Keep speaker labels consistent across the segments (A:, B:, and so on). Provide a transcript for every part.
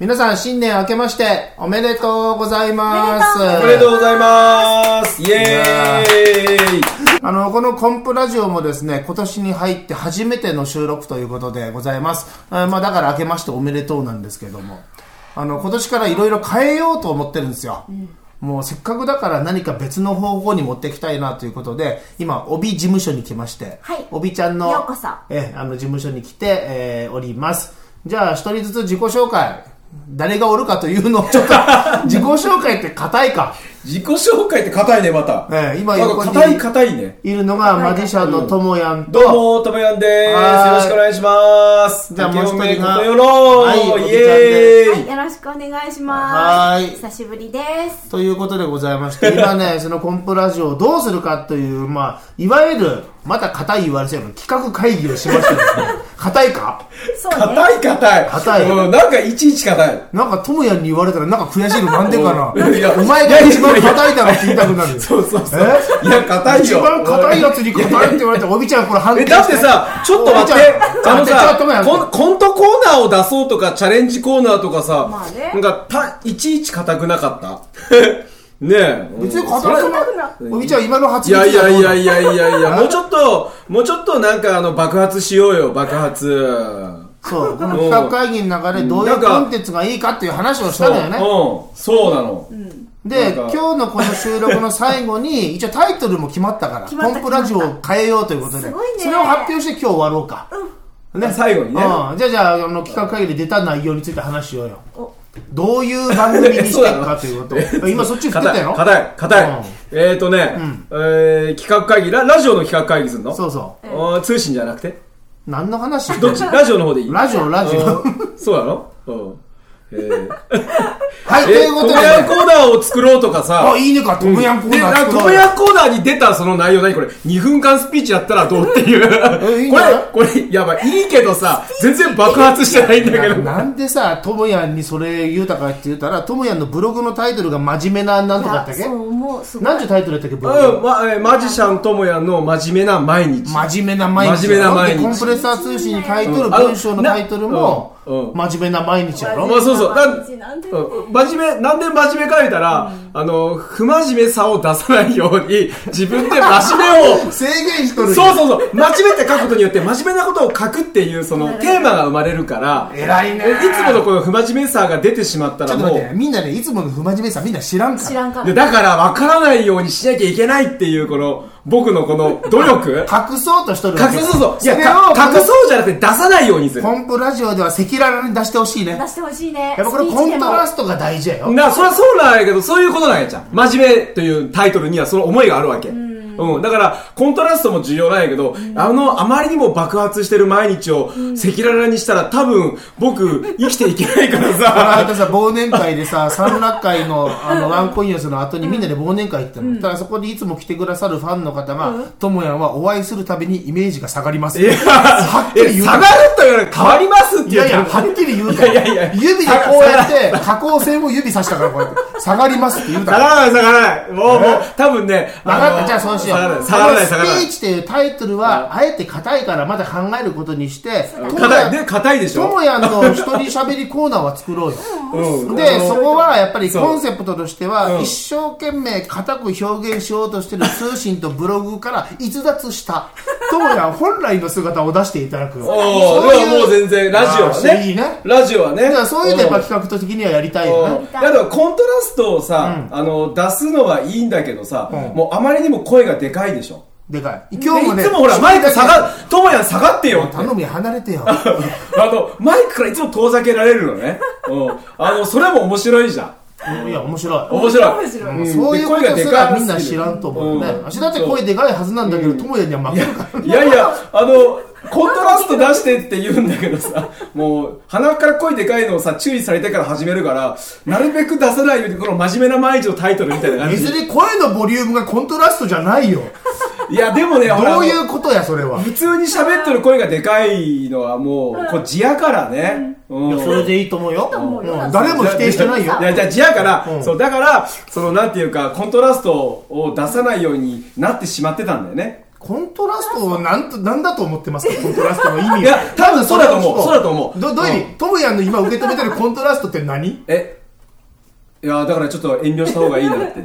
A: 皆さん新年明けましておめでとうございます。
B: おめでとうございますイエーイ
A: あの、このコンプラジオもですね、今年に入って初めての収録ということでございます。あまあだから明けましておめでとうなんですけども、あの、今年からいろいろ変えようと思ってるんですよ。もうせっかくだから何か別の方法に持っていきたいなということで、今、帯事務所に来まして、
C: はい
A: 帯ちゃんの、
C: ようこそ
A: え、あの、事務所に来て、えーおります。じゃあ、一人ずつ自己紹介。誰がおるかというのをちょっ と、自己紹介って硬いか。
B: 自己紹介って硬いね、また。
A: ええ今
B: なん
A: 横
B: か
A: に
B: 硬い硬いね。
A: いるのがマジシャンのともやんと、
B: どうも、ともやんでー
A: はー
B: す。
A: い
B: よろしくお願いします。
A: じゃあもう一人が
B: 明けおめことよ
A: はいおじ
B: ろ
A: ちゃん
B: イ
A: で
B: エ
C: はい、
B: ーイ
C: よろしくお願いします。
A: はーい
C: 久しぶりです。
A: ということでございまして、今ね、 そのコンプラジオをどうするかという、まあ、いわゆる、また硬い言われそうやの企画会議をしましたですね。 硬いか
C: そうね。
B: 硬い硬い。
A: 硬い
B: うんなんかいちいち硬い。
A: なんか、ともやんに言われたら、なんか悔しいのなんでか
B: うんいや
A: な。お前が一番硬いだろって言いたくなる。
B: そうそうそう。
A: え
B: いや、硬いよ。
A: 一番硬いやつに硬いって言われて、おびちゃんこれ判定し
B: え、
A: て。
B: だってさ、ちょっと待って、あの
A: ちょっ
B: さ、
A: と待って
B: コンコントコーナーを出そうとか、チャレンジコーナーとかさ、
C: まあね
B: なんか、た、いちいち硬くなかった。 ねえ。
A: 別に
B: それ
A: 硬くない。おびちゃん今の発
B: いやいやい
A: や。
B: やいやいやいや、もうちょっと、もうちょっとなんかあの、爆発しようよ、爆発。
A: そう、この企画会議の中でどういうコンテンツがいいかっていう話をしたのよね。
B: そう、うん、そうなの。
A: で、今
B: なんか
A: 日のこの収録の最後 に、一応タイトルも決まったから、
C: 決まった
A: コンプラジオを変えようということで、
C: すごいね
A: それを発表して今日終わろうか。
B: ね、最後に
A: うん、
B: ね。
A: じゃあじゃあ、あの、企画会議で出た内容について話しようよ。
C: お
A: どういう番組にして
B: そう
A: る
B: なの
A: かということ。今そっち振って
B: 硬
A: た
B: い、
A: よ。
B: 硬い、硬い。えっとね、えー企画会議ラ、ラジオの企画会議すんの
A: そうそ
B: あー通信じゃなくて
A: う。何の話
B: どっちラジオの方でいい
A: ラジオ、ラ ジオ。は
B: うんそうなのうん。えー、
A: い、と
B: え、
A: いうこ
B: ト
A: と
B: ム
A: で。
B: ヤンコーナーを作ろうとかさ
A: あ、、いいねか、トムヤンコー
B: で、
A: ナー
B: な
A: 作
B: んか
A: ろう
B: トムヤンコーナーに出たその内容何これ ?2 分間スピーチやったらどうっていう。
A: いいん
B: こ
A: じゃない
B: れ、これ、やばい。いいけどさ、全然爆発してないんだけど。
A: ななんでさ、ともやんにそれ言うたかって言ったら、ともやんのブログのタイトルが真面目ななんとかだったっけ
C: そう思う。すごい
A: 何ていうタイトルやったっけ、ブログ。
B: うん、ま、えーマジシャンともやんの真面目な毎日。
A: 真面目な毎日
B: 真面目な毎日
A: コンプレッサー通信に書いとる
B: うんあの
A: 文章のタイトルも
B: なうんうん
A: 真面目な毎日や
B: あ
A: ろ
B: まあそうそう。
C: 毎日なんで
B: うん真面目、なんで真面目か言ったら、あの、不真面目さを出さないように、自分で真面目を
A: 制限しと
B: そう
A: る
B: そうそう真面目って書くことによって真面目なことを書くっていうそのテーマが生まれるから
A: 偉いね
B: えいつものこの不真面目さが出てしまった
A: ちょ
B: ら
A: っと待
B: も
A: って
B: う
A: みんなねいつもの不真面目さみんな知らんから
C: 知らんか
B: でだから分からないようにしなきゃいけないっていうこの僕のこの努 力
A: 隠そうとしとるわ
B: 隠
A: け
B: そうそうそうい
A: それを
B: や
A: こ
B: か
A: の
B: 隠そうじゃなくて出さないようにする
A: コンプラジオでは赤裸々に出してほしいね
C: 出してほしいね。
A: やっぱこれ
C: スピ
A: コ
C: ーチ
A: ン
C: で
A: ト
C: も
A: ラストが大事やよ
B: なそりゃそうなんやけどそういうことなんやじゃん真面目というタイトルにはその思いがあるわけうん、だからコントラストも重要なんやけど、あのあまりにも爆発してる毎日を赤裸々にしたら多分僕生きていけないから
A: この
B: さ
A: 間さ、忘年会で さ、三楽会の、あの、ワンコイン寄せの後にみんなで忘年会行ったの。ただそこでいつも来てくださるファンの方が、ともやんはお会いするたびにイメージが下がります。
B: いや
A: はっきり言う
B: 下がるというより変わりますって
A: い
B: 言
A: や
B: っ
A: い
B: て
A: や、
B: る
A: はっきり言うから。
B: いやいやいや
A: 指でこうやって、下降線を指さしたから、こうやって。下がりますって言う
B: 下
A: た
B: が
A: から。
B: らない下がらないもうもう多分ね
A: 分かった、じゃあそうしよう。
B: 下がらない下がらない
A: この
B: 下がらな
A: スピ
B: い
A: ーチっていうタイトルは、あえて硬いからまだ考えることにして、
B: 硬いね硬いでし
A: と
B: ょ
A: もやんの一人喋りコーナーは作ろうよ。
B: うん
A: で、そこはやっぱり
B: そう
A: コンセプトとしては、
B: うん
A: 一生懸命固く表現しようとしてる通信とブログから逸脱した、ともやん本来の姿を出していただく。
B: おお
A: そう
B: でももう全然ラジオ
A: あ
B: は
A: ー
B: ね
A: いいね
B: ラジオはね
A: だからそういうのやっぱ
B: ん
A: 企画と的にはやりたいよね
B: うん。いやでもコントラストをさ、あの出すのはいいんだけどさ、もうあまりにも声がでかいでしょ
A: でかい。今日もね、
B: いつもほらマイク下がともやん下がってよって
A: 頼み離れてよ。
B: あのマイクからいつも遠ざけられるのね、うん、あのそれも面白いじゃん
A: いや、面白
B: 面白い
C: 面白い
A: い。
B: ん
A: そういうこ
B: で
A: と
B: 声
A: す
B: がでからい
A: みんな知らんと思うね。
B: うん
A: 私だって声でかいはずなんだけど、ともやには負けるから。
B: いやいや、あの、コントラスト出してって言うんだけどさ、もう、鼻から声でかいのをさ、注意されてから始めるから、なるべく出さないように、この真面目な毎日のタイトルみたいな感
A: 別
B: じ。
A: に声のボリュームがコントラストじゃないよ。
B: いや、でもね、ほら
A: どういうことや、それは。
B: 普通に喋ってる声がでかいのはもう、こう、地やからね。うん
A: いや、それでいいと思うよ。
C: 思うよ
A: うん誰も否定してないよ
B: い。や、じゃあ、地やから、
A: うん
B: そう、だから、その、なんていうか、コントラストを出さないようになってしまってたんだよね。
A: コントラストをなんと、なんだと思ってますか、コントラストの意味を。
B: いや多分そうだと思うそうだと思う
A: ど、どういう意味、トムヤンの今受け止めてるコントラストって何違う
B: えいやだからちょっと遠慮した方がいいなって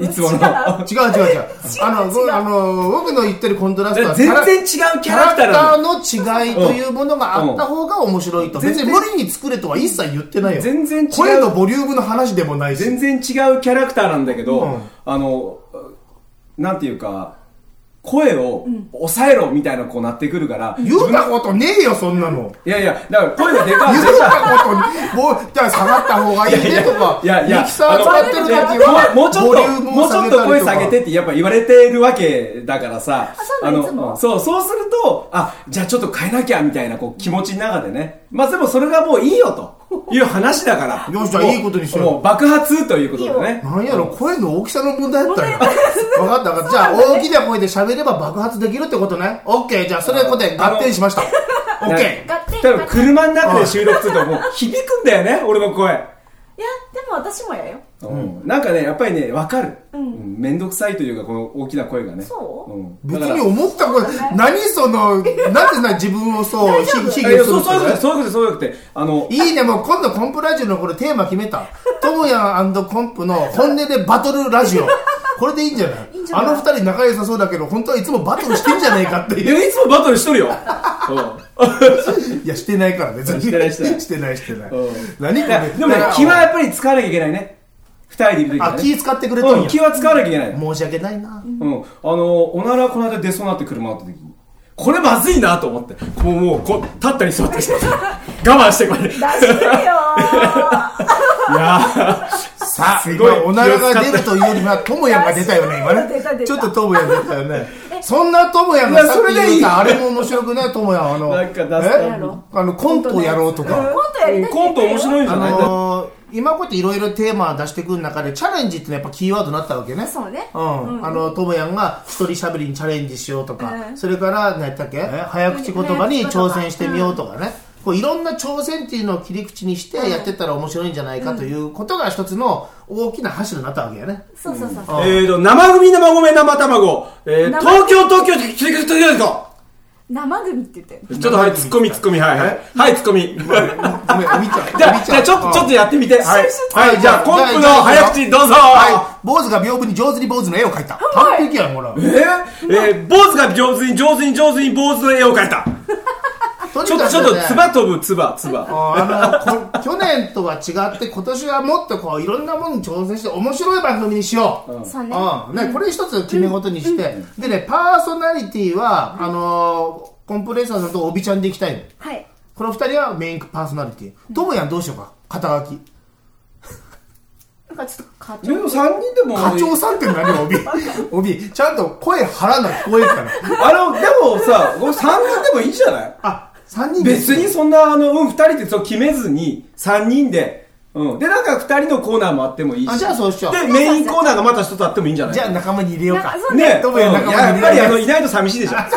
B: いつもの
A: 違う 違う。あの、ごあの、僕の言ってるコントラストはキャ
B: 全
A: ラ、
B: 然違うキ
A: キャ
B: ャラ
A: ラ
B: ク
A: ク
B: ターな
A: タ
B: の
A: ーの違いというものがあった方が面白いと。
B: うんうん
A: 別に無理に作れとは一切言ってないよ。
B: 全然違う
A: 声のボリュームの話でもないし。
B: 全然違うキャラクターなんだけど、
A: うん
B: あのなんていうか声を抑えろみたいなこうなってくるから、
A: 言うたことねえよ、そんなの。
B: いやいやだから声がでか
A: 言
B: い
A: うたこと、もう、じゃあ下がった方がいいねとか、
B: いやい
A: ミ
B: や、
A: キサー使ってる時は、
B: あのもうもうちょっ
A: ボリュ
B: と、
A: ームを
B: もうちょっと声下げてってやっぱ言われてるわけだからさ、
C: そうなんいつも
B: そう、そうすると、あ、じゃあちょっと変えなきゃみたいなこう気持ちの中でね。まあでもそれがもういいよという話だから。
A: よしじゃあ
B: もう
A: いいことにしよう
B: もう爆発ということでね。
A: なんやろ、声の大きさの問題だったんや。分かった分かった。じゃあ、大きな声で喋れば爆発できるってことね。オッケー、じゃあ、それこで合点しました。オッケ
C: ガッテン
B: 多分車の中で収録すると もう響くんだよね、俺の声。
C: いやでも私もやよ
B: うんなんかね、やっぱりね、わかる。うんんめんどくさいというか、この大きな声がね。
C: そう
A: ー。
B: んだ
A: 別
B: から
A: に思ったこと、何その、なぜな自分をそう、ひ卑
B: いや
A: 下
B: いや
A: す
B: そ
A: る
B: うそういうことです
A: って。
B: そういうことですそういうことですあの、
A: いいね、もう今度コンプラジオのこれテーマ決めた。トモヤンコンプの本音でバトルラジオ。これでいいんじゃない
C: いいんじゃな
A: あ
C: い
A: の二人仲良さそうだけど、本当はいつもバトルしてんじゃねえかって
B: い
A: いう。
B: や、いつもバトルしとるよ。
A: いや、してないからね、全然
B: してないしてない
A: してない、してない
B: うん。
A: 何こ
B: いや
A: れ
B: でもね、気はやっぱり使わなきゃいけないね。二人でいるときは、
A: あ、
B: ね。
A: 気使ってくれとん
B: うん、
A: や。
B: 気は使わなきゃいけない。
A: 申し訳ないな。
B: うん。あの、おならこの間出そうになって車あった時に。これまずいなと思って。もう、もう、こう立ったり座ったりして。我慢してこれ。い
C: 出してよー
B: や
A: さあ、
B: すごい
A: 今おならが出るというよりは、ともやんが出たよね、今
C: 出た
A: ね。
C: 出た
A: ちょっとともやん出たよね。そんなともやんが
B: いや
A: さっき
B: それで
A: 言っ
B: いい
A: た、あれも面白くない、ともやん。あの、
B: なんか出す
A: え
C: やろ
A: あの、 コントやろうとか。
C: コントやりた
B: ー、
C: い
B: コント面 白いんじ
A: あ
B: ゃない、
A: のー、今こうやっていろいろテーマ出してくる中で、チャレンジってのはやっぱキーワードになったわけね。
C: そうね
A: うん。あの、ともやんが一人喋りにチャレンジしようと
C: う
A: か、
C: ん
A: それから、何やったっけ早口言葉に挑戦してみようとかね。こういろんな挑戦っていうのを切り口にしてやってったら面白いんじゃないかということが一つの大きな柱になったわけやね。
C: そうそうそう
A: あ
B: えーと、生組生米生卵。えー、
C: 生
B: 東京東京東京東京東京
C: 生組って言ったよね
B: ちょっとはい、ツッコミツッコミ、はいはい。はい、ツッコミ。
A: ごめん、見ちゃう。
B: じゃ
A: 見
B: あ、じゃあちょっと、ちょっとやってみて。はい。
A: はい
B: はい、じゃあ、コンプの早口どうぞ
A: はい。坊主が屏風に上手に坊主の絵を描いた。完璧やん、ほら。
B: えーえー、坊主が上手に上手に上手に坊主の絵を描いた。
A: とに
B: ちょっ
A: かく
B: とちょっと
A: ね、
B: つば飛ぶつばつば。
A: あのこ去 年とは違って今年はもっとこういろんなものに挑戦して面白い番組にしよう、
C: そうね
A: うんね、これ一つ決め事にして、でねパーソナリティは、あのーコンプレッサーさんとおびちゃんでいきたいの
C: はい
A: この二人はメインパーソナリティともやんどうしようか肩書き
C: なんかちょっと課長
B: でも三人でも
A: 課長さんって何 よ帯帯ちゃんと声張らな聞こえるから
B: あの、でもさ、これ三人でもいいじゃない
A: あ三人です
B: 別にそんな、あの、うん、二人でそう決めずに、三人で。うん。で、なんか二人のコーナーもあってもいいし。
A: あじゃあそうしよう
B: で、メインコーナーがまた一つあってもいいんじゃない
A: じゃあ仲間に入れよう
C: な
A: か
C: んかそう
B: ねえ、
A: どうもやん仲間に
B: やっぱ
A: 入
B: り
A: れ
B: あ
A: よう
B: の、いないと寂しいでしょ。
A: オッ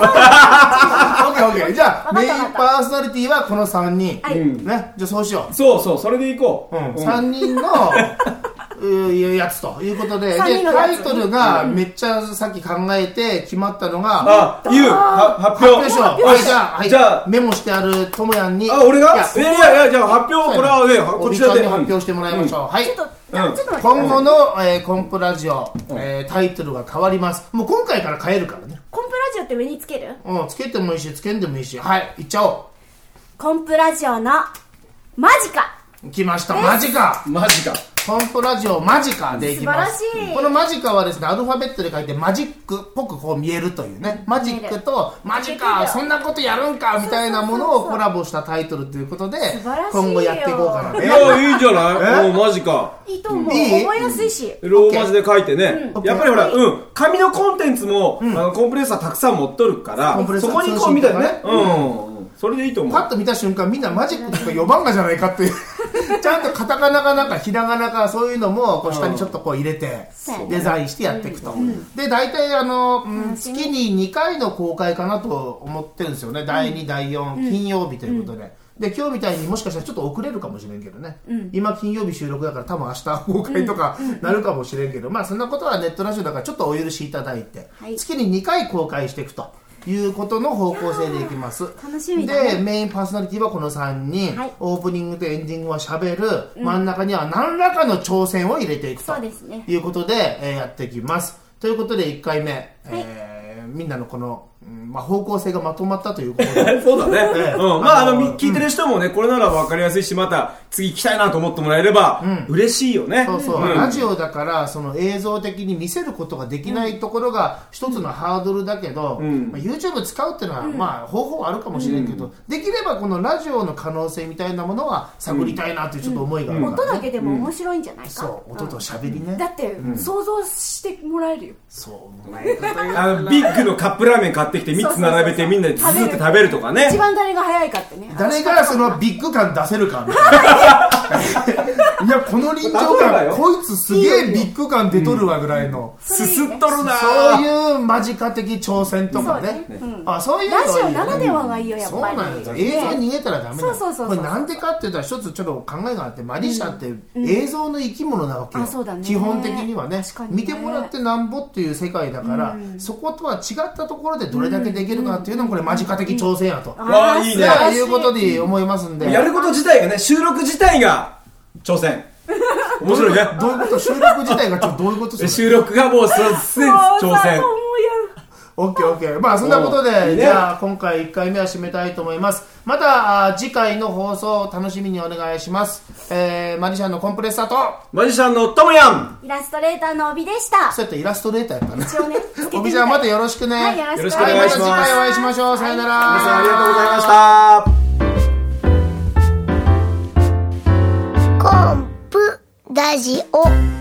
A: ケーオッケーじゃあ
C: わかっ
A: メイン
C: たわかった
A: パーソナリティはこの3人、
C: はい
B: うん
A: ねじゃあそうしよ
B: そうそう、それでいこ
A: う、
B: う。
A: う
B: うん
A: 3人のうーやつということでで
C: 三人のや
A: タ
C: つ
A: イトルがめっちゃさっき考えて決まったのが
B: あ、言う、は発
A: 発
B: 表。
A: 表しよう
B: よ
A: はい
B: し
A: じゃあ,、はい、
B: じゃあ、
A: メモしてあるともやんに
B: あ、俺が
A: いや
B: いやいやいや、じゃあ発表、これはね、
A: お
B: こ
A: びち
B: ち
A: ゃ
B: ら
A: ん
B: で。
A: に発表してもらいましょう、はい
C: ちょっとな
B: うん
C: ちょっと待って
A: 今後の、えーコンプラジオ、えータイトルが変わりますもう今回から変えるからね
C: コンプラジオって上につける
A: うんつけてもいいしつけんでもいいしはいいっちゃお
C: コンプラジオのマジか
A: う来ましたマジか
B: うんマジか。
A: コンプラジオマジカでいきます
C: 素晴らしい
A: このマジカはですねアルファベットで書いてマジックっぽくこう見えるというねマジックとマジ
C: 見え
A: カ
C: る
A: そんなことやるんかみたいなものをコラボしたタイトルということで
C: 素晴らしいよ
A: 今後やっていこうかないね
B: や、いいんじゃないもうマジか。
C: いいと思う
A: いい
C: 覚えやすいし
B: ローマ字で書いてね
A: オッ。ケー
B: やっぱりほら、うん、紙のコンテンツも、あの、コンプレッサーたくさん持っとるか
A: コンプレ
B: ら、
A: ッサ
B: そ
A: ー
B: こにこう見たらね
A: 通。
B: うん。それでいいと思
A: パッ
B: う。
A: と見た瞬間みんなマジックとか呼ばんがじゃないかっていう ちゃんとカタカナかなんかひらがなかそういうのもこう下にちょっとこう入れて
C: そう
A: デザインしてやっていくと、で大体あの、うん
C: 楽しみ
A: 月に2回の公開かなと思ってるんですよね第2、第4金曜日ということで、で今日みたいにもしかしたらちょっと遅れるかもしれんけどね、今金曜日収録だから多分明日公開とかなるかもしれんけど、まあそんなことはネットラジオだからちょっとお許しいただいて、
C: はい
A: 月に2回公開していくということの方向性でいきます
C: 楽しみだね
A: でメインパーソナリティはこの3人、
C: はい
A: オープニングとエンディングはしゃべる、真ん中には何らかの挑戦を入れていくと
C: そうですね
A: いうことで、えーやっていきますということで1回目、えーみんなのこの、うんまあ、方向性がまとまったということ で
B: そうだね。
A: ええ
B: うん。まあ、あの、
A: あの
B: み聞いてる人もね、これなら分かりやすいし、また、次行きたいなと思ってもらえれば、嬉しいよね。
A: そうそう、
B: ん
A: ラジオだからその映像的に見せることができないところが一つのハードルだけど、
B: ん
A: まあ、YouTube 使うっていうのは、まあ、方法はあるかもしれんけど、できればこのラジオの可能性みたいなものは探りたいなというちょっと思いがあるからね、
C: 音だけでも面白いんじゃないか、
A: そう音と喋りね、
C: だって、想像してもらえるよ
A: そううまいこと言うな
B: あの、ビッグのカップラーメン買ってきて、3つ並べて、みんなでずーって食べるとか
C: 一
B: ね。
C: 番誰が早いかってね
A: 誰がそのビッグ感出せるかみたいないやこの臨場
B: 例えばよ
A: 感こいつすげえビッグ感出とるわぐらいの、
B: すすっとるな
A: そう
B: ー
A: いう間近的挑戦とかね
C: そうねうん
A: あそういうの
C: ラジ
A: いい
C: オ
A: ね
C: ならではがいいよやっ
A: そう
C: ぱり
A: なんですよ映像
C: ね
A: 逃げたらダメな
C: そうそうそうそう
A: これなんでかって言ったら一つちょっと考えがあってマリシャって映像の生き物なわけよ、
C: あそうだね
A: 基本的にはね
C: 確かにね
A: 見てもらってなんぼっていう世界だから、そことは違ったところでどれだけできるかっていうのもこれ間近的挑戦やと、
B: わあいいね
A: じ
B: 素晴
A: ゃあ
B: ら
A: いうことで思いますんで
B: やること自体がね、収録自体が、挑戦。面白いね。
A: どういうこと収録自体がちょっとどういうことす
B: え
A: る
B: 収録がもう、そう、すでに挑戦。
A: オッケーオッケー。まあそんなこと
B: おうい
A: で、
B: いね
A: じゃあ今回1回目は締めたいと思います。またあー次回の放送を楽しみにお願いします。えー、マリシャンのコンプレッサーと、
B: マジシャンのともやん
C: イラストレーターの帯でした
A: そうやってイラストレーターやったね。
C: 一応ねつけて
A: お
C: み
A: じ
C: た
A: ゃあ
C: い
A: またよろしくね。
C: はいよろしくお
A: はい
C: 願
A: ま
C: い
A: た
C: し
A: 次
C: ま
A: 回
C: す
A: お会いしましょう。さよなら。
B: 皆さんありがとうございました。
D: コンプラジオ